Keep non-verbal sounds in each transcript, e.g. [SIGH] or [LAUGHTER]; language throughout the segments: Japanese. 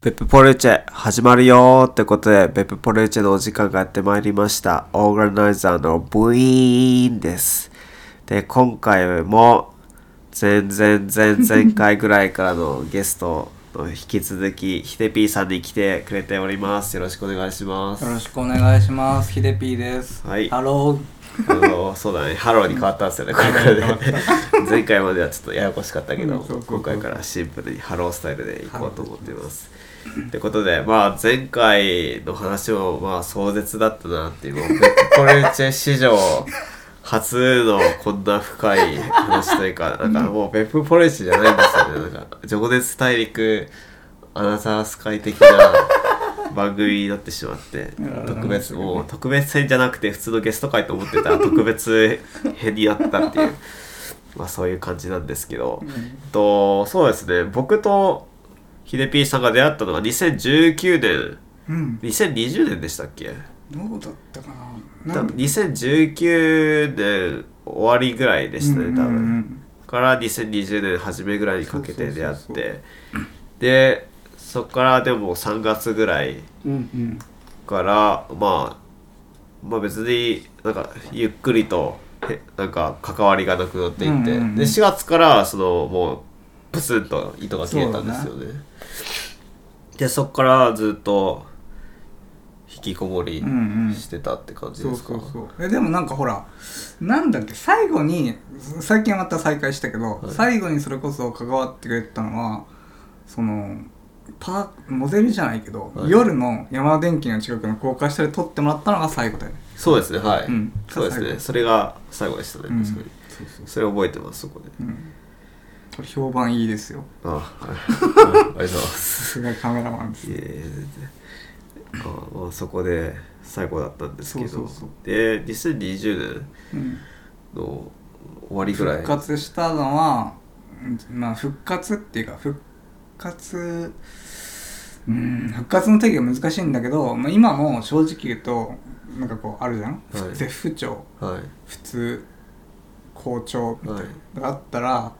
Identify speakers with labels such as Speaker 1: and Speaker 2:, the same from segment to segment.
Speaker 1: ベップポルチェ始まるよーってことで、ベップポルチェのお時間がやってまいりました。オーガナイザーのブイーンです。で、今回も前々前々回ぐらいからのゲストの引き続き、ヒデピーさんに来てくれております。よろしくお願いします
Speaker 2: よ。ろしくお願いします。ヒデピーです。
Speaker 1: はい
Speaker 2: ハロー。
Speaker 1: あのそうだね、ハローに変わったんですよね、今回で。前回まではちょっとややこしかったけど、
Speaker 2: うんそうそうそう
Speaker 1: 今回からシンプルにハロースタイルでいこうと思っています。ってことで、まあ、前回の話も、まあ、壮絶だったなっていう、もうベッコレルチェ史上、初のこんな深い話というか、なんかもう別府ポレチェじゃないんですよね。なんか、情熱大陸アナザースカイ的な番組に [LAUGHS] なってしまって、特別、もう特別編じゃなくて普通のゲスト会と思ってたら特別編になったっていう、まあそういう感じなんですけど、と、そうですね、僕とヒデピーさんが出会ったのが2019
Speaker 2: うん。
Speaker 1: 年、2020年でしたっけ
Speaker 2: どうだったかな。
Speaker 1: 多分2019年終わりぐらいでしたね多分、
Speaker 2: うんうんうん
Speaker 1: から2020年初めぐらいにかけて出会って
Speaker 2: そうそうそう
Speaker 1: でそこからでも3月ぐらい
Speaker 2: うん
Speaker 1: からまあまあ別になんかゆっくりとへなんか関わりがなくなっていって、
Speaker 2: うんうんうん
Speaker 1: で4月からそのもうプスンと糸が切れたんですよねでそこからずっと引きこもり
Speaker 2: うんうんうん。
Speaker 1: してたって感じ
Speaker 2: そ
Speaker 1: で
Speaker 2: う
Speaker 1: すか、
Speaker 2: そうそう。えでもなんかほら、なんだっけ最後に最近はまた再会したけど、
Speaker 1: はい
Speaker 2: 最後にそれこそ関わってくれたのはその。パーモデルじゃないけど、
Speaker 1: はい
Speaker 2: 夜の山田電機の近くの高架下で撮ってもらったのが最後だよね。
Speaker 1: そうですね、はい。
Speaker 2: うん
Speaker 1: そうです
Speaker 2: 最
Speaker 1: ね、
Speaker 2: 後
Speaker 1: それが最後でしたね、
Speaker 2: うん
Speaker 1: 確かに。
Speaker 2: そうそう
Speaker 1: それ覚えてます、そこで。
Speaker 2: うん、これ評判いいですよ。
Speaker 1: あ、
Speaker 2: [LAUGHS]
Speaker 1: はい。うんありがとうございます。
Speaker 2: さすがカメラマンです
Speaker 1: い。えいえ全然あまあ、そこで最後だったんですけど、
Speaker 2: そうそうそう
Speaker 1: で、2020年
Speaker 2: うん
Speaker 1: の終わりぐらい。
Speaker 2: 復活したのはうんまあ復活っていうか復活うん復活の定義が難しいんだけど、まあ、今も正直言うとなんかこうあるじゃん、
Speaker 1: はい
Speaker 2: 絶不調
Speaker 1: はい。
Speaker 2: 普通好調みたい
Speaker 1: はい。
Speaker 2: なのがあったら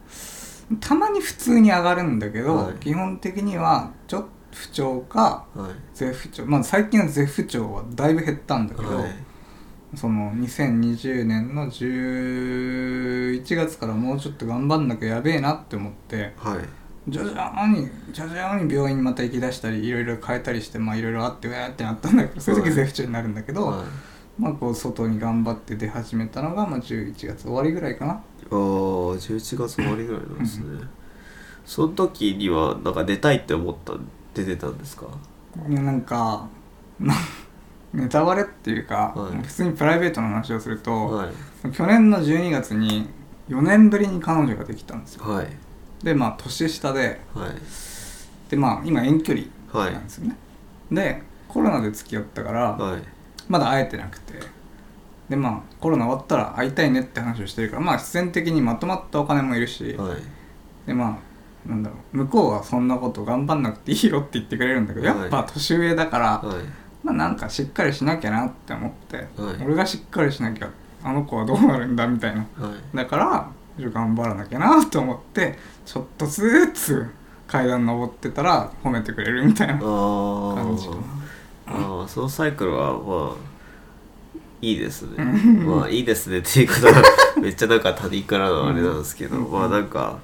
Speaker 2: たまに普通に上がるんだけど、
Speaker 1: はい
Speaker 2: 基本的にはちょっと不調か
Speaker 1: はい。
Speaker 2: 絶不調まあ最近は絶不調はだいぶ減ったんだけど、
Speaker 1: はい。
Speaker 2: その2020年の11月からもうちょっと頑張んなきゃやべえなって思って
Speaker 1: はい。
Speaker 2: 徐々に徐々に病院にまた行き出したりいろいろ変えたりしてまあいろいろあってうわーってなったんだけどそういう
Speaker 1: は
Speaker 2: 時
Speaker 1: い
Speaker 2: ゼフチになるんだけど、
Speaker 1: はい
Speaker 2: まあこう外に頑張って出始めたのがまあ11月終わりぐらいかな
Speaker 1: ああ、11月終わりぐらいなんですね。その時には、なんか出たいって思った、出てたんですか
Speaker 2: いやなんか [LAUGHS] なネタバレっていうか、
Speaker 1: はい
Speaker 2: 普通にプライベートの話をすると、
Speaker 1: はい。
Speaker 2: 去年の12月に4年ぶりに彼女ができたんですよ
Speaker 1: はい。
Speaker 2: でまあ年下で
Speaker 1: はい。
Speaker 2: でまあ今遠距離
Speaker 1: はい
Speaker 2: なん。ですよね、でコロナで付き合ったから、
Speaker 1: はい。
Speaker 2: まだ会えてなくてでまあコロナ終わったら会いたいねって話をしてるからまあ必然的にまとまったお金もいるし、
Speaker 1: はい。
Speaker 2: でまあなんだろう向こうはそんなこと頑張んなくていいよって言ってくれるんだけど、
Speaker 1: はい
Speaker 2: やっぱ年上だから、
Speaker 1: はい。
Speaker 2: まあなんかしっかりしなきゃなって思って、
Speaker 1: はい
Speaker 2: 俺がしっかりしなきゃあの子はどうなるんだみたいな
Speaker 1: はい。
Speaker 2: だからちょっと頑張らなきゃなと思ってちょっとずつ階段登ってたら褒めてくれるみたいな
Speaker 1: あ
Speaker 2: 感じかな
Speaker 1: ーあーそのサイクルはまあいいですねまあいいですねっていうことは [LAUGHS] めっちゃなんか他人からのあれなんですけど、
Speaker 2: うん
Speaker 1: まあなんか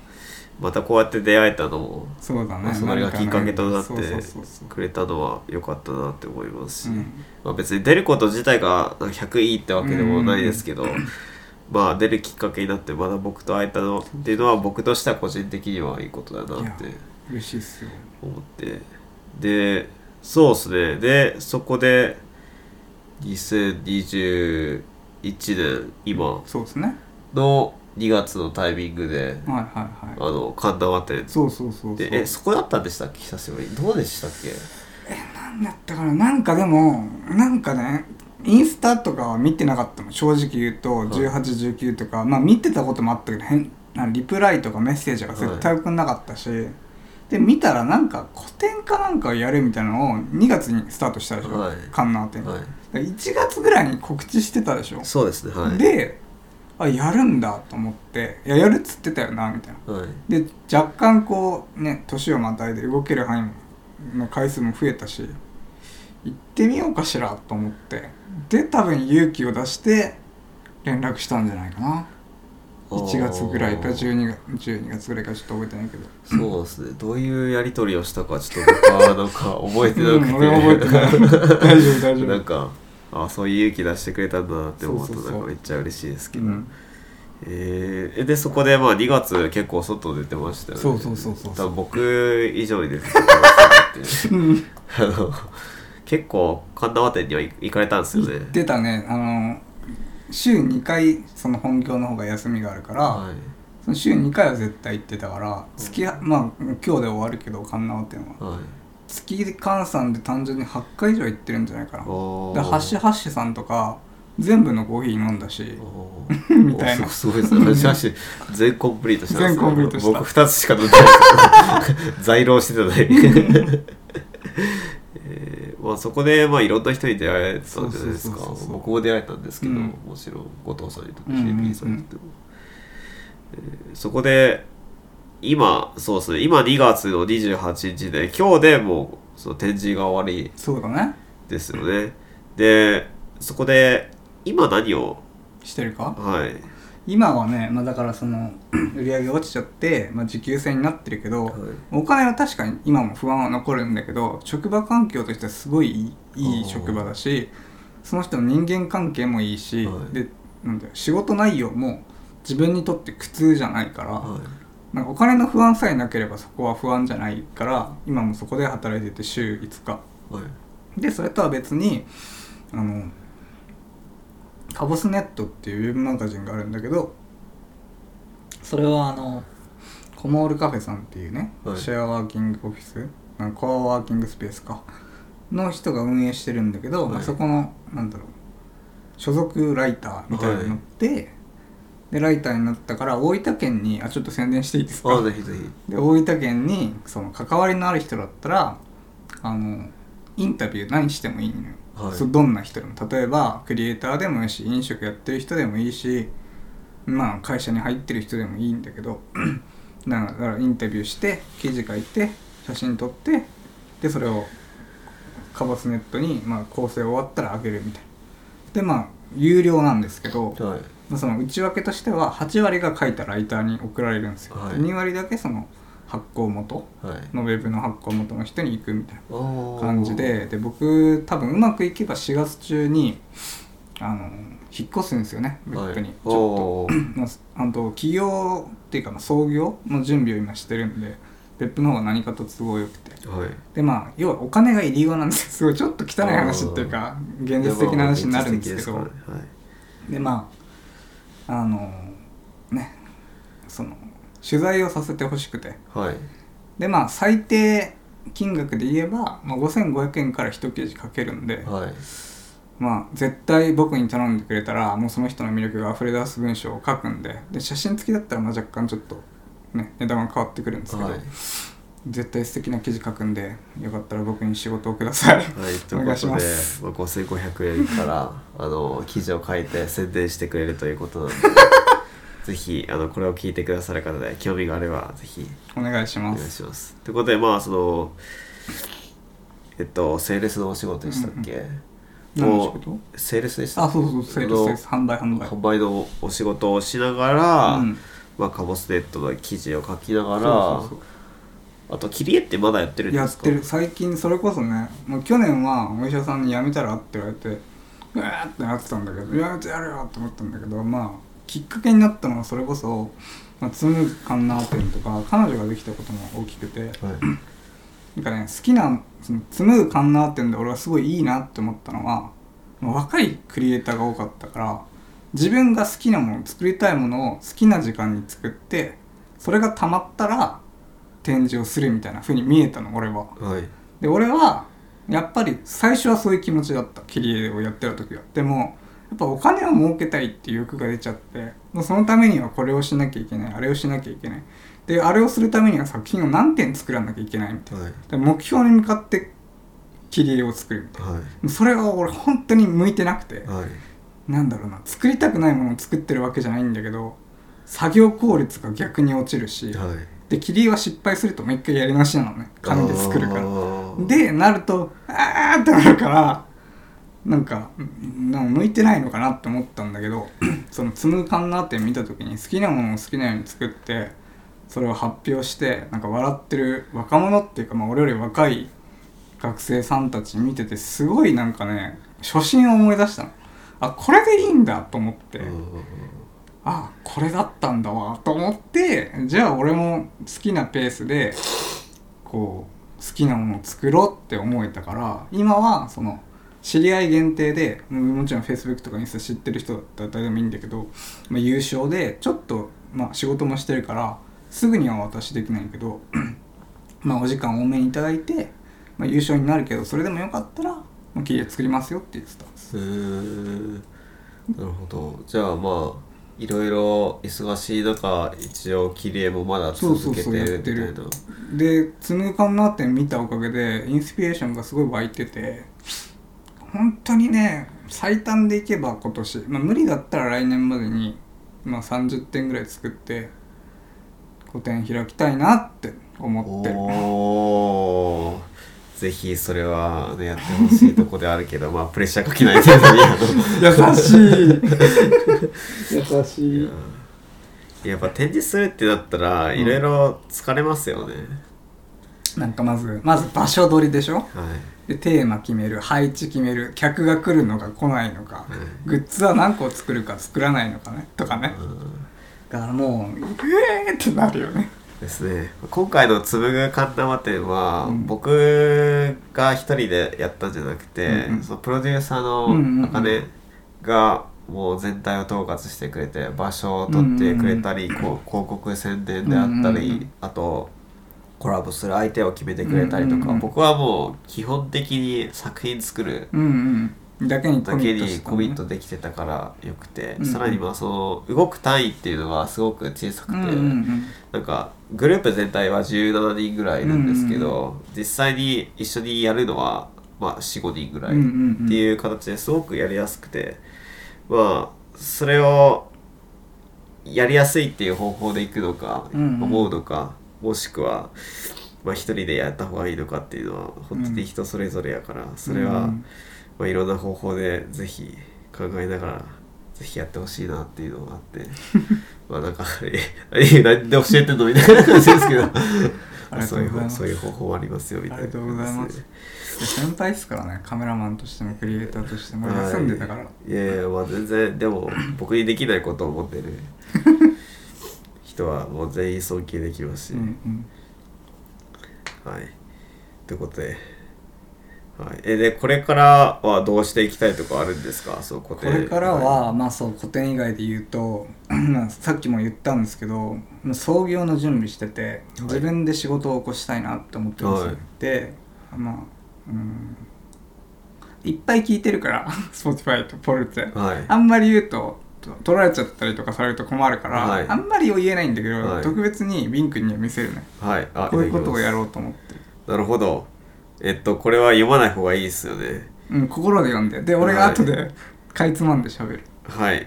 Speaker 1: またこうやって出会えたのも、
Speaker 2: そうだ
Speaker 1: ま
Speaker 2: ね
Speaker 1: あ、それがきっかけとなって
Speaker 2: そうそうそうそう
Speaker 1: くれたのは良かったなって思いますし、
Speaker 2: うん
Speaker 1: まあ、別に出ること自体がなんか100いいってわけでもないですけど、まあ出るきっかけになってまだ僕と会えたのっていうのは僕としては個人的にはいいことだなって。
Speaker 2: 嬉しいっすよ
Speaker 1: 思ってでそうですねでそこで2021年今
Speaker 2: そうですね
Speaker 1: の2月のタイミングで
Speaker 2: はいはい
Speaker 1: あ
Speaker 2: は
Speaker 1: の神田和店
Speaker 2: いそうそうそうそう
Speaker 1: でえそこだったんでしたっけ久しぶりにどうでしたっけ
Speaker 2: なんだったかななんかでもなんかねインスタとかは見てなかったの正直言うと
Speaker 1: い
Speaker 2: 1819とか、まあ見てたこともあったけど変なリプライとかメッセージが絶対送んなかったし、で見たらなんか個展かなんかやるみたいなのを2月にスタートしたでしょ、
Speaker 1: はい
Speaker 2: カンナー展、
Speaker 1: は
Speaker 2: 1月ぐらいに告知してたでしょ
Speaker 1: いそうですねはい
Speaker 2: であやるんだと思っていややるっつってたよなみたいな
Speaker 1: はい
Speaker 2: で若干こうね年をまたいで動ける範囲もの回数も増えたし行ってみようかしらと思ってで多分勇気を出して連絡したんじゃないかな1月ぐらいか12月 ,12 月ぐらいかちょっと覚えてないけど
Speaker 1: そうですねどういうやり取りをしたかちょっと僕はなんか覚えてなくて、
Speaker 2: うん俺も覚えてない大丈夫大丈
Speaker 1: [LAUGHS]
Speaker 2: 夫
Speaker 1: なんかあそういう勇気出してくれたんだなって思うと
Speaker 2: そうそ
Speaker 1: な
Speaker 2: うそうん
Speaker 1: かめっちゃ嬉しいですけ
Speaker 2: う
Speaker 1: ど、
Speaker 2: ん
Speaker 1: えーでそこでまあ2月結構外出てましたよね
Speaker 2: そうそうそうそう
Speaker 1: 多分僕以上にですねだ
Speaker 2: うん
Speaker 1: ってあの結構神田和店には行かれたんですよね
Speaker 2: 出たねあの週2回その本業の方が休みがあるから、
Speaker 1: はい
Speaker 2: その週2回は絶対行ってたから月はまあ今日で終わるけど神奈川店は
Speaker 1: はい
Speaker 2: 月換算で単純に8回以上行ってるんじゃないかな
Speaker 1: おー
Speaker 2: でハッシュハッシュさんとか全部のコーヒー飲んだし
Speaker 1: お
Speaker 2: みたいな
Speaker 1: おすごいですね。しかし、全コンプリートしたんです
Speaker 2: 全コンプリートした
Speaker 1: 僕2つしか飲んでない [LAUGHS] です。在労してただけ。 [LAUGHS] えーまあ、そこで、まあ、いろんな人に出会えたんじゃないですか
Speaker 2: そうそうそうそう
Speaker 1: 僕も出会えたんですけど、
Speaker 2: うん
Speaker 1: もちろん後藤さんにとって
Speaker 2: うんうんうん
Speaker 1: JP さんにとっても、えーそこで今そうですね今2月の28日で今日でもうその展示が終わり
Speaker 2: そうだね
Speaker 1: ですよねでそこで今何を
Speaker 2: してるか
Speaker 1: はい
Speaker 2: 今はね、まあ、だからその [CLEARS THROAT] 売り上げが落ちちゃって、まあ、時給制になってるけど、
Speaker 1: はい
Speaker 2: お金は確かに今も不安は残るんだけど職場環境としてはすごいいいいい
Speaker 1: あー
Speaker 2: 職場だしその人の人間関係もいいし、
Speaker 1: はい
Speaker 2: でなんだよ仕事内容も自分にとって苦痛じゃないから、
Speaker 1: はい
Speaker 2: なんかお金の不安さえなければそこは不安じゃないから今もそこで働いてて週5日
Speaker 1: はい
Speaker 2: でそれとは別にあのカボスネットっていうウェブマガジンがあるんだけどそれはあのコモールカフェさんっていうね、
Speaker 1: はい
Speaker 2: シェアワーキングオフィスあコアワーキングスペースかの人が運営してるんだけど、
Speaker 1: はい
Speaker 2: まあそこのなんだろう所属ライターみたいになって、でライターになったから大分県にあちょっと宣伝していいですか
Speaker 1: あぜひぜひ
Speaker 2: で大分県にその関わりのある人だったらあのインタビュー何してもいいのよ、
Speaker 1: はい
Speaker 2: そうどんな人でも例えばクリエイターでもいいし飲食やってる人でもいいしまあ会社に入ってる人でもいいんだけど [CLEARS THROAT] だからだからインタビューして記事書いて写真撮ってでそれをカバスネットに、まあ、構成終わったらあげるみたいなでまあ有料なんですけど、
Speaker 1: はい
Speaker 2: まあその内訳としては8割が書いたライターに送られるんですよ、
Speaker 1: はい
Speaker 2: 2割だけその発行元
Speaker 1: はい
Speaker 2: のウェブの発行元の人に行くみたい
Speaker 1: あー
Speaker 2: な感じでで僕多分うまくいけば4月中にあの引っ越すんですよね別
Speaker 1: はい
Speaker 2: 府に、ちょ
Speaker 1: お
Speaker 2: っとまああと起業っていうかまあ創業の準備を今してるんで別府の方が何かと都合よくて
Speaker 1: ーはい
Speaker 2: でまあ要はお金が入り用なんですすごいちょっと汚い話っていうか現実的な話になるんですけど
Speaker 1: 現実的ですからね
Speaker 2: でまああのねその取材をさせてほしくて
Speaker 1: はいはい
Speaker 2: でまあ最低金額で言えば、まあ、5500円から1記事書けるんで、
Speaker 1: はい
Speaker 2: まあ絶対僕に頼んでくれたらもうその人の魅力が溢れ出す文章を書くんでで写真付きだったらまあ若干ちょっと、ね、値段が変わってくるんですけど、
Speaker 1: はい
Speaker 2: 絶対素敵な記事書くんでよかったら僕に仕事をください
Speaker 1: はい、と
Speaker 2: お
Speaker 1: いう
Speaker 2: 願
Speaker 1: こ
Speaker 2: いし
Speaker 1: とで、まあ、
Speaker 2: ます
Speaker 1: 5500円からあの記事を書いて宣伝してくれるということなんでぜひあのこれを聞いてくださる方で興味があればぜひ
Speaker 2: お願いし
Speaker 1: お
Speaker 2: ま
Speaker 1: 願い
Speaker 2: す
Speaker 1: します。ということでまあそのえっとセールスのお仕事でしたっけ、
Speaker 2: 何の仕
Speaker 1: もう
Speaker 2: 事
Speaker 1: セールスでした
Speaker 2: あそうそうセールスセールス販売販売
Speaker 1: 販売のお仕事をしながら、
Speaker 2: うん
Speaker 1: まあ、カボスネットの記事を書きながら
Speaker 2: そうそうそう
Speaker 1: あと切り絵ってまだやってるん
Speaker 2: や
Speaker 1: で
Speaker 2: っ
Speaker 1: すか
Speaker 2: てる最近それこそねもう去年はお医者さんに「やめたら?」って言われて「うわー!」ってなってたんだけど「やめてやるよ!」って思ったんだけどまあきっかけになったのはそれこそ「まあ、つむかんな店」とか彼女ができたことも大きくて
Speaker 1: はい
Speaker 2: なんかね好きなその「つむかんな店」で俺はすごいいいなって思ったのはまあ若いクリエイターが多かったから自分が好きなもの作りたいものを好きな時間に作ってそれが溜まったら展示をするみたいな風に見えたの俺は。
Speaker 1: はい
Speaker 2: で俺はやっぱり最初はそういう気持ちだった切り絵をやってる時はでもやっぱお金を儲けたいっていう欲が出ちゃってもうそのためにはこれをしなきゃいけないあれをしなきゃいけないであれをするためには作品を何点作らなきゃいけないみたい
Speaker 1: はい
Speaker 2: なで目標に向かって切り絵を作るみたい
Speaker 1: は
Speaker 2: なそれが俺本当に向いてなくて
Speaker 1: いはい
Speaker 2: なんだろうな作りたくないものを作ってるわけじゃないんだけど作業効率が逆に落ちるし
Speaker 1: はい
Speaker 2: で切り絵は失敗するともう一回やり直しなのね紙で作るから
Speaker 1: あー
Speaker 2: でなるとあーってなるからなんかなんか向いてないのかなって思ったんだけど [CLEARS THROAT] その紡ぐカンナーって見た時に好きなものを好きなように作ってそれを発表してなんか笑ってる若者っていうか、まあ、俺より若い学生さんたち見ててすごいなんかね初心を思い出したのあこれでいいんだと思って、あこれだったんだわと思ってじゃあ俺も好きなペースでこう好きなものを作ろうって思えたから今はその知り合い限定でうんもちろん Facebook とかインスタ知ってる人だったら誰でもいいんだけど、まあ、優勝でちょっと、まあ、仕事もしてるからすぐには私できないけど [CLEARS THROAT] まあお時間多めにいただいて、まあ、優勝になるけどそれでもよかったら、まあ、切り絵作りますよって言ってたんです
Speaker 1: へーなるほどじゃあまあいろいろ忙しい中一応切り絵もまだ続けて
Speaker 2: そうそうそうや
Speaker 1: る
Speaker 2: っ
Speaker 1: みた
Speaker 2: て
Speaker 1: い
Speaker 2: る
Speaker 1: な
Speaker 2: で「つむかんな」って見たおかげでインスピレーションがすごい湧いてて本当にね最短でいけば今年、まあ、無理だったら来年までに、まあ、30点ぐらい作って個展開きたいなって思ってる
Speaker 1: おーぜひそれは、ね、やってほしいとこであるけどまあプレッシャーかけない程度にあの
Speaker 2: 優しい優しい
Speaker 1: やっぱ展示するってなったらいろいろ疲れますよね、
Speaker 2: なんかまずまず場所取りでしょ
Speaker 1: はい
Speaker 2: でテーマ決める配置決める客が来るのか来ないのか、
Speaker 1: う
Speaker 2: グッズは何個作るか作らないのかねとかね、
Speaker 1: うん
Speaker 2: だからもうえーってなるよね
Speaker 1: ですね今回の「紡ぐ神玉展は」
Speaker 2: うん
Speaker 1: 僕が一人でやったんじゃなくて、
Speaker 2: うんうん
Speaker 1: そのプロデューサー
Speaker 2: うんうんう
Speaker 1: の
Speaker 2: ん
Speaker 1: 茜がもう全体を統括してくれて場所を取ってくれたり、こう広告宣伝であったり、
Speaker 2: うんうんうん
Speaker 1: あとコラボする相手を決めてくれたりとか、
Speaker 2: うんうんうん
Speaker 1: 僕はもう基本的に作品作る
Speaker 2: うんうんだけにコ
Speaker 1: だ
Speaker 2: ミ
Speaker 1: け
Speaker 2: ット
Speaker 1: に
Speaker 2: した
Speaker 1: コ
Speaker 2: のね
Speaker 1: ミットできてたからよくて、
Speaker 2: うんうん
Speaker 1: さらにまあその動く単位っていうのはすごく小さく
Speaker 2: う
Speaker 1: て。
Speaker 2: んうん
Speaker 1: なんかグループ全体は17人ぐらいいるんですけど、実際に一緒にやるのは、まあ、45人ぐらい
Speaker 2: うんうんうん
Speaker 1: っていう形ですごくやりやすくて、まあそれをやりやすいっていう方法でいくのか、
Speaker 2: うんうん
Speaker 1: 思うのかもしくは、まあ、一人でやった方がいいのかっていうのは本当に人それぞれやから、それは、
Speaker 2: うん
Speaker 1: まあ、いろんな方法でぜひ考えながらぜひやってほしいなっていうのがあって [LAUGHS] まあなんかええなんで教えてんのみたいな感じですけど
Speaker 2: [LAUGHS] ありが
Speaker 1: そう
Speaker 2: と
Speaker 1: いう
Speaker 2: ございま
Speaker 1: う
Speaker 2: す
Speaker 1: そういう方法もありますよみたいな
Speaker 2: ありがとうございます
Speaker 1: ですね
Speaker 2: 先輩っすからねカメラマンとしてもクリエイターとしても休んでたから、
Speaker 1: はいいやいやまあ全然でも僕にできないことを思ってる人はもう全員尊敬できますし、
Speaker 2: うんうん
Speaker 1: はいということで、はい、えでこれからはどうしていきたいとかあるんですかそうこ
Speaker 2: これからは、まあそう古典以外で言うとまあさっきも言ったんですけどまあ創業の準備してて
Speaker 1: い
Speaker 2: 自分で仕事を起こしたいなって思ってます、
Speaker 1: はい
Speaker 2: でまあうんいっぱい聞いてるから Spotify とポルツェ
Speaker 1: はい
Speaker 2: あんまり言うとと取られちゃったりとかされると困るから、
Speaker 1: はい
Speaker 2: あんまり言えないんだけど、
Speaker 1: はい
Speaker 2: 特別にビン君には見せるね
Speaker 1: はい、あ
Speaker 2: こういうことをや
Speaker 1: う
Speaker 2: ろうと思ってる
Speaker 1: なるほどえっとこれは読まない方がいいですよね
Speaker 2: うん心で読んでで俺が後
Speaker 1: は
Speaker 2: でかいつまんで喋る
Speaker 1: はい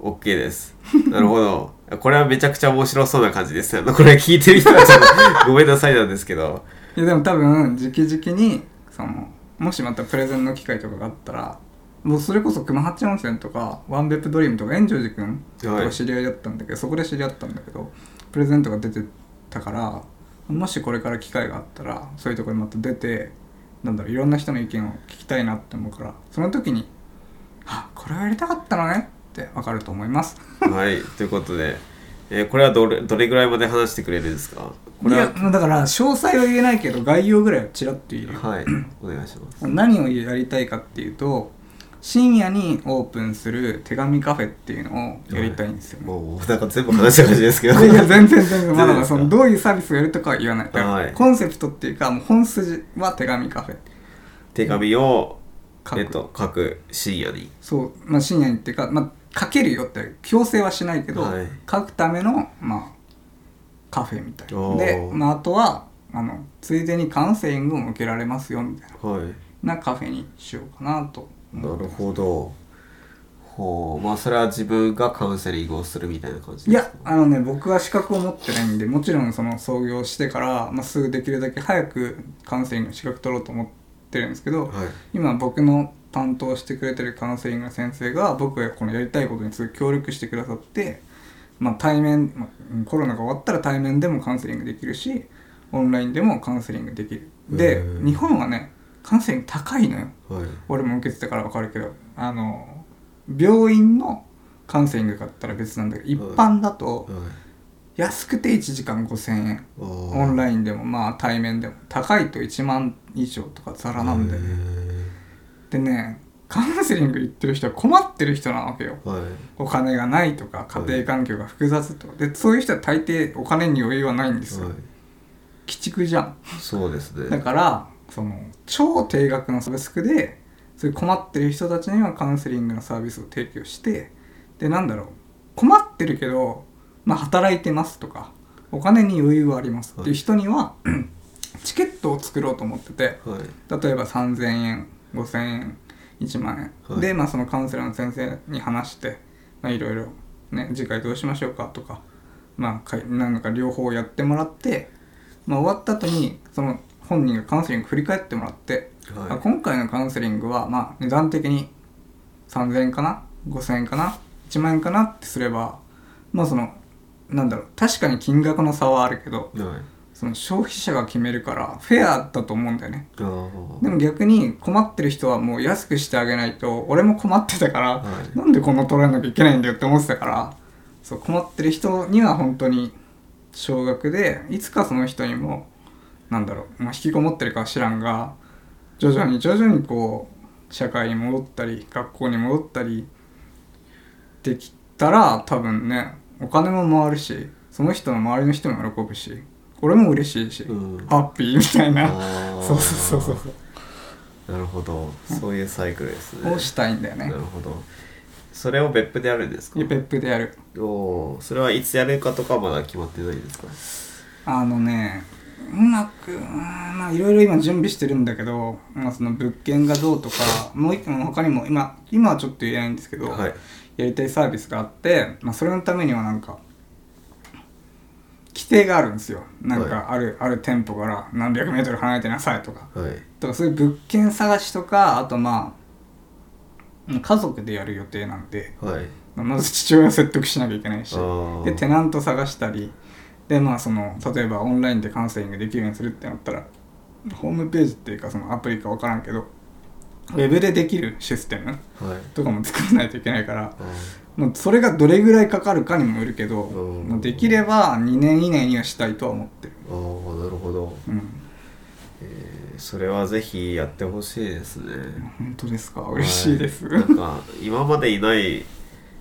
Speaker 1: OK ですなるほどこれはめちゃくちゃ面白そうな感じですねあのこれ聞いてる人はちょっとごめんなさいなんですけど
Speaker 2: いやでも多分直々にそのもしまたプレゼンの機会とかがあったらもうそれこそ熊八温泉とかワンベップドリームとか円城寺君と
Speaker 1: は
Speaker 2: か
Speaker 1: い
Speaker 2: 知り合いだったんだけど、そこで知り合ったんだけどプレゼントが出てたからもしこれから機会があったらそういうところにまた出てなんだろういろんな人の意見を聞きたいなって思うからその時に「あこれはやりたかったのね」って分かると思います。
Speaker 1: はいということで、えーこれはどれどれぐらいまで話してくれるんですかこ
Speaker 2: い
Speaker 1: れ
Speaker 2: や
Speaker 1: は
Speaker 2: だから詳細は言えないけど概要ぐらいはちらっと言えるよ
Speaker 1: はいお願いします
Speaker 2: 何をやりたいかっていうと深夜にオープンする手紙カフェっていうのをやりたいんですよね、
Speaker 1: もうなんか全部話した感じですけど
Speaker 2: いや全然全然まだ
Speaker 1: [LAUGHS]
Speaker 2: まだその
Speaker 1: 全然ですか
Speaker 2: どういうサービスをやるとかは言わないだから
Speaker 1: はい
Speaker 2: コンセプトっていうかもう本筋は手紙カフェ
Speaker 1: 手紙を
Speaker 2: 書く、
Speaker 1: えっと書く深夜に
Speaker 2: そう、まあ、深夜にっていうか、まあ、書けるよって強制はしないけど、
Speaker 1: はい
Speaker 2: 書くための、まあ、カフェみたいな
Speaker 1: おー
Speaker 2: で、まあ、あとはあのついでにカウンセリングも受けられますよみたい
Speaker 1: はい
Speaker 2: ななカフェにしようかなと
Speaker 1: なるほど。ほうまあそれは自分がカウンセリングをするみたいな感じ
Speaker 2: い
Speaker 1: です
Speaker 2: や
Speaker 1: か
Speaker 2: あのね僕は資格を持ってないんでもちろんその創業してから、まあ、すぐできるだけ早くカウンセリングの資格取ろうと思ってるんですけど、
Speaker 1: はい
Speaker 2: 今僕の担当してくれてるカウンセリングの先生が僕がこのやりたいことにすごい協力してくださって、まあ、対面まあうんコロナが終わったら対面でもカウンセリングできるしオンラインでもカウンセリングできるで
Speaker 1: うん
Speaker 2: 日本はねカウンセリング高いのよ
Speaker 1: はい
Speaker 2: 俺も受けてたから分かるけどあの病院のカウンセリングだったら別なんだけど一般だと
Speaker 1: はい
Speaker 2: 安くて1時間5000円
Speaker 1: あー
Speaker 2: オンラインでもまあ対面でも高いと1万以上とかザラなんだよねでねカウンセリング行ってる人は困ってる人なわけよ
Speaker 1: へーはい
Speaker 2: お金がないとか家庭環境が複雑とかでそういう人は大抵お金に余裕はないんですよ、
Speaker 1: は
Speaker 2: 鬼畜じゃん
Speaker 1: いそうですね
Speaker 2: だからその超低額のサブスクでそういう困ってる人たちにはカウンセリングのサービスを提供してでなんだろう困ってるけど、まあ、働いてますとかお金に余裕はありますっていう人には、 [CLEARS THROAT] チケットを作ろうと思ってて
Speaker 1: はい
Speaker 2: 例えば3000円5000円1万円、
Speaker 1: はい
Speaker 2: で、まあ、そのカウンセラーの先生に話してまあいろいろ、ね、次回どうしましょうかとか,、まあ、かなんか両方やってもらって、まあ、終わった後にその本人がカウンセリング振り返ってもらって、あ
Speaker 1: は
Speaker 2: 今回のカウンセリングはまあ値段的に3000円かな5000円かな1万円かなってすればまあそのなんだろう確かに金額の差はあるけど
Speaker 1: いはい
Speaker 2: その消費者が決めるからフェアだと思うんだよね
Speaker 1: あー
Speaker 2: でも逆に困ってる人はもう安くしてあげないと俺も困ってたから、
Speaker 1: はい
Speaker 2: なんでこんな取らなきゃいけないんだよって思ってたからそう困ってる人には本当に少額でいつかその人にもなんだろう、まあ、引きこもってるかは知らんが徐々に徐々にこう社会に戻ったり学校に戻ったりできたら多分ねお金も回るしその人の周りの人も喜ぶし俺も嬉しいし、
Speaker 1: うん
Speaker 2: ハッピーみたいな
Speaker 1: あ [LAUGHS] ー
Speaker 2: そうそうそうそう
Speaker 1: なるほどそういうサイクルですね
Speaker 2: をしたいんだよ
Speaker 1: な
Speaker 2: ね
Speaker 1: る。ほどそれを別府でやるんですか
Speaker 2: で別府でやる。
Speaker 1: おーそれはいつやるかとかまだ決まってないんですか
Speaker 2: あのね、うまく、うーんまあいろいろ今準備してるんだけど、まあその物件がどうとか、もう一個他にも今、今はちょっと言えないんですけど、
Speaker 1: はい
Speaker 2: やりたいサービスがあって、まあそれのためにはなんか、規定があるんですよ。なん
Speaker 1: は
Speaker 2: かある、ある店舗から何百メートル離れてなさいとか。
Speaker 1: はい
Speaker 2: とかそういう物件探しとか、あとまあ、家族でやる予定なんで、
Speaker 1: はい
Speaker 2: まず父親を説得しなきゃいけないし
Speaker 1: あー
Speaker 2: でテナント探したりでまあその例えばオンラインでカウンセリングできるようにするってなったらホームページっていうかそのアプリか分からんけどウェブでできるシステム
Speaker 1: はい
Speaker 2: とかも作らないといけないから
Speaker 1: あ
Speaker 2: もうそれがどれぐらいかかるかにもよるけど
Speaker 1: うん
Speaker 2: もうできれば2年以内にはしたいとは思ってる、
Speaker 1: ーあーなるほど
Speaker 2: うん、
Speaker 1: えーそれはぜひやってほしいですね
Speaker 2: 本当ですか嬉しいです、
Speaker 1: はなんか今までいない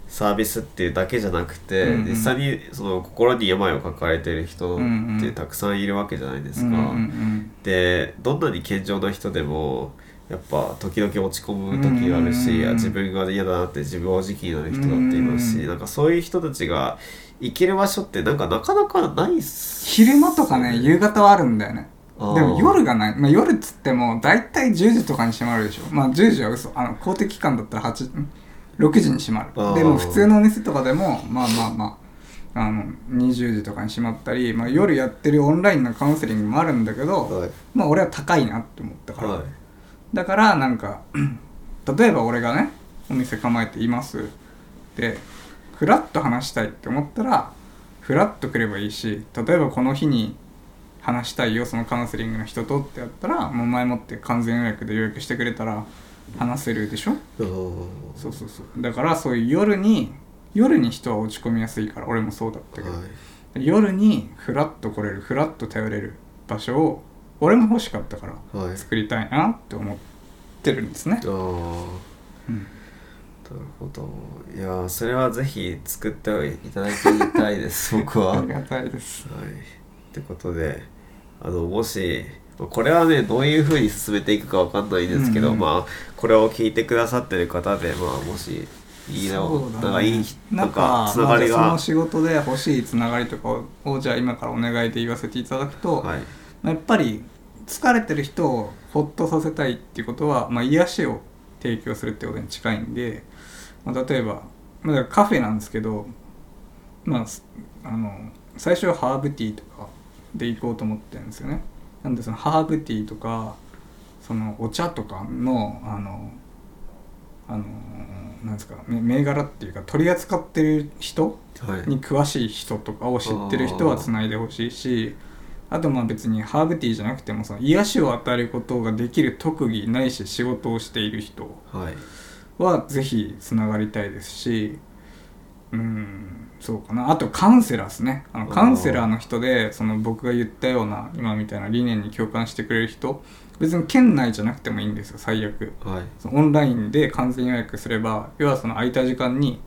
Speaker 1: サービスっていうだけじゃなくて、
Speaker 2: うんうん
Speaker 1: 実際にその心に病を抱えてる人っ
Speaker 2: うんう
Speaker 1: て
Speaker 2: ん
Speaker 1: たくさんいるわけじゃないです
Speaker 2: う
Speaker 1: か、
Speaker 2: んうんうん
Speaker 1: でどんなに健常な人でもやっぱ時々落ち込む時があるし、
Speaker 2: うんうんうん
Speaker 1: いや自分が嫌だなって自分を時期になる人だっていますし、
Speaker 2: うんうん
Speaker 1: なんかそういう人たちが行ける場所ってなんかなかなかないっす
Speaker 2: 昼間とかね夕方はあるんだよねで
Speaker 1: あー
Speaker 2: も夜がない、まあ、夜っつっても大体10時とかに閉まるでしょまあ10時は嘘あの公的機関だったら8ん6時に閉ま
Speaker 1: あー
Speaker 2: るでも普通のお店とかでもまあまあまああの20時とかに閉まったり、まあ、夜やってるオンラインのカウンセリングもあるんだけど、
Speaker 1: はい
Speaker 2: まあ俺は高いなって思ったから、
Speaker 1: はい
Speaker 2: だからなんか [CLEARS THROAT] 例えば俺がねお店構えていますでフラッと話したいって思ったらフラッと来ればいいし例えばこの日に話したいよそのカウンセリングの人とってやったらもう前もって完全予約で予約してくれたら話せるでしょ
Speaker 1: あー
Speaker 2: そうそうそうだからそういう夜に夜に人は落ち込みやすいから俺もそうだったけど、
Speaker 1: はい
Speaker 2: 夜にフラッと来れるフラッと頼れる場所を俺も欲しかったから
Speaker 1: はい
Speaker 2: 作りたいなって思ってるんですね
Speaker 1: あ、ー
Speaker 2: う
Speaker 1: な
Speaker 2: ん
Speaker 1: るほどいやーそれはぜひ作っていただきたいです僕は
Speaker 2: ありがたいです
Speaker 1: はい。ってことで、あの、もし、まあこれはね、どういうふうに進めていくかわかんないですけど、
Speaker 2: うんうん
Speaker 1: まあ、これを聞いてくださってる方で、まあ、もし、いいな、
Speaker 2: そうだね
Speaker 1: なんかいい、
Speaker 2: な
Speaker 1: なんんか
Speaker 2: か、
Speaker 1: つながりが、
Speaker 2: まあその仕事で欲しいつながりとかををじゃあ今からお願いで言わせていただくと、
Speaker 1: はい。
Speaker 2: まあやっぱり疲れてる人をほっとさせたいっていうことは、まあ、癒しを提供するってことに近いんでまあ、例えば、まあ、だからカフェなんですけど、まあ、すあの最初はハーブティーとかで行こうと思ってるんですよねなんでそのハーブティーとかそのお茶とかのあのあのなんですかめ銘柄っていうか取り扱ってる人
Speaker 1: はい
Speaker 2: に詳しい人とかを知ってる人はつないでほしいしあとまあ別にハーブティーじゃなくてもその癒しを与えることができる特技ないし仕事をしている人
Speaker 1: はい
Speaker 2: はぜひつながりたいですしうんそうかなあとカウンセラーですねあの
Speaker 1: あー
Speaker 2: カウンセラーの人でその僕が言ったような今みたいな理念に共感してくれる人別に県内じゃなくてもいいんですよ最悪
Speaker 1: はい
Speaker 2: そのオンラインで完全予約すれば要はその空いた時間に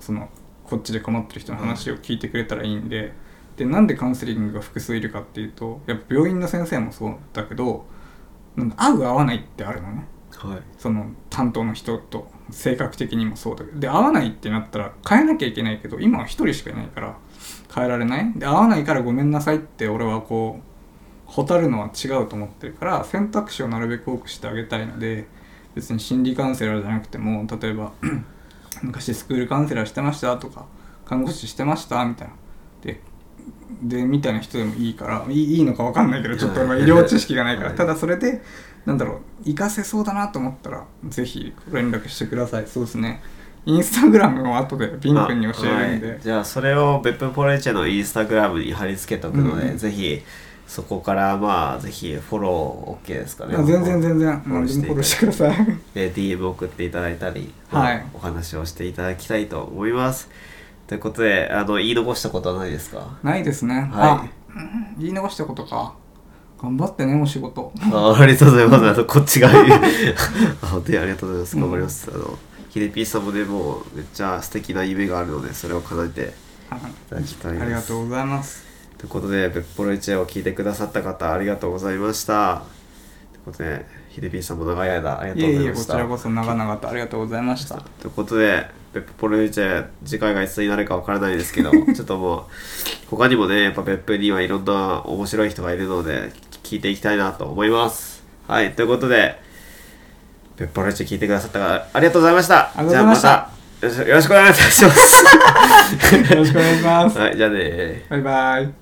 Speaker 2: そのこっちで困ってる人の話を聞いてくれたらいいんで,、でなんでカウンセリングが複数いるかっていうとやっぱ病院の先生もそうだけどなんか合う合わないってあるのね
Speaker 1: はい
Speaker 2: その担当の人と性格的にもそうだけどで合わないってなったら変えなきゃいけないけど今は1人しかいないから変えられないで合わないからごめんなさいって俺はこう蛍るのは違うと思ってるから選択肢をなるべく多くしてあげたいので別に心理カウンセラーじゃなくても例えば [CLEARS THROAT] 昔スクールカウンセラーしてましたとか看護師してましたみたいなででみたいな人でもいいからいいいいのか分かんないけどちょっと俺は医療知識がないから
Speaker 1: はい
Speaker 2: ただそれでなんだろう活かせそうだなと思ったらぜひ連絡してくださいそうですねインスタグラムを後でピン君に教えるんで、
Speaker 1: あはいじゃあそれを別府ポレチェのインスタグラムに貼り付けとくので、
Speaker 2: うん
Speaker 1: ぜひそこからまあぜひフォロー OK ですかね
Speaker 2: あ全然全然
Speaker 1: フォ
Speaker 2: も
Speaker 1: ロ
Speaker 2: う
Speaker 1: ー
Speaker 2: 全然フォローし
Speaker 1: してて
Speaker 2: く
Speaker 1: い
Speaker 2: ださい [LAUGHS]
Speaker 1: ただいて DM 送っていただいたり、
Speaker 2: はい
Speaker 1: お話をしていただきたいと思いますということであの言い残したことはないですか [LAUGHS]
Speaker 2: ないですね、
Speaker 1: はい
Speaker 2: あうん言い逃したことか頑張ってねお仕事
Speaker 1: あありがとうございます。あのこっちが [LAUGHS] あ本当にありがとうございます。頑張ります。あのヒデピーさんもね、もうめっちゃ素敵な夢があるので、それを叶えていただきたいです。
Speaker 2: ありがとうございます
Speaker 1: ということで、ベッポロ一夜を聞いてくださった方、ありがとうございました。ということで、ヒデピーさんも長い間あり
Speaker 2: い
Speaker 1: がとうござい
Speaker 2: えいえ
Speaker 1: ま
Speaker 2: こ
Speaker 1: し
Speaker 2: ち
Speaker 1: た。
Speaker 2: らこそ長々とありがとうござい
Speaker 1: [LAUGHS]
Speaker 2: ました
Speaker 1: ということで、ベップポロイチェ、次回がいつになるかわからないですけ
Speaker 2: [LAUGHS]
Speaker 1: ど、ちょっともう、他にもね、やっぱ別府にはいろんな面白い人がいるので、聞いていきたいなと思います。はい、ということで、ベップポロイチェ聞いてくださった方、ありがとうございました。
Speaker 2: ありがとうございました
Speaker 1: じゃあまた
Speaker 2: [LAUGHS]
Speaker 1: よろしよろしくお願いいたします。
Speaker 2: よろしくお願いします
Speaker 1: はい、じゃあねー。
Speaker 2: バイバイ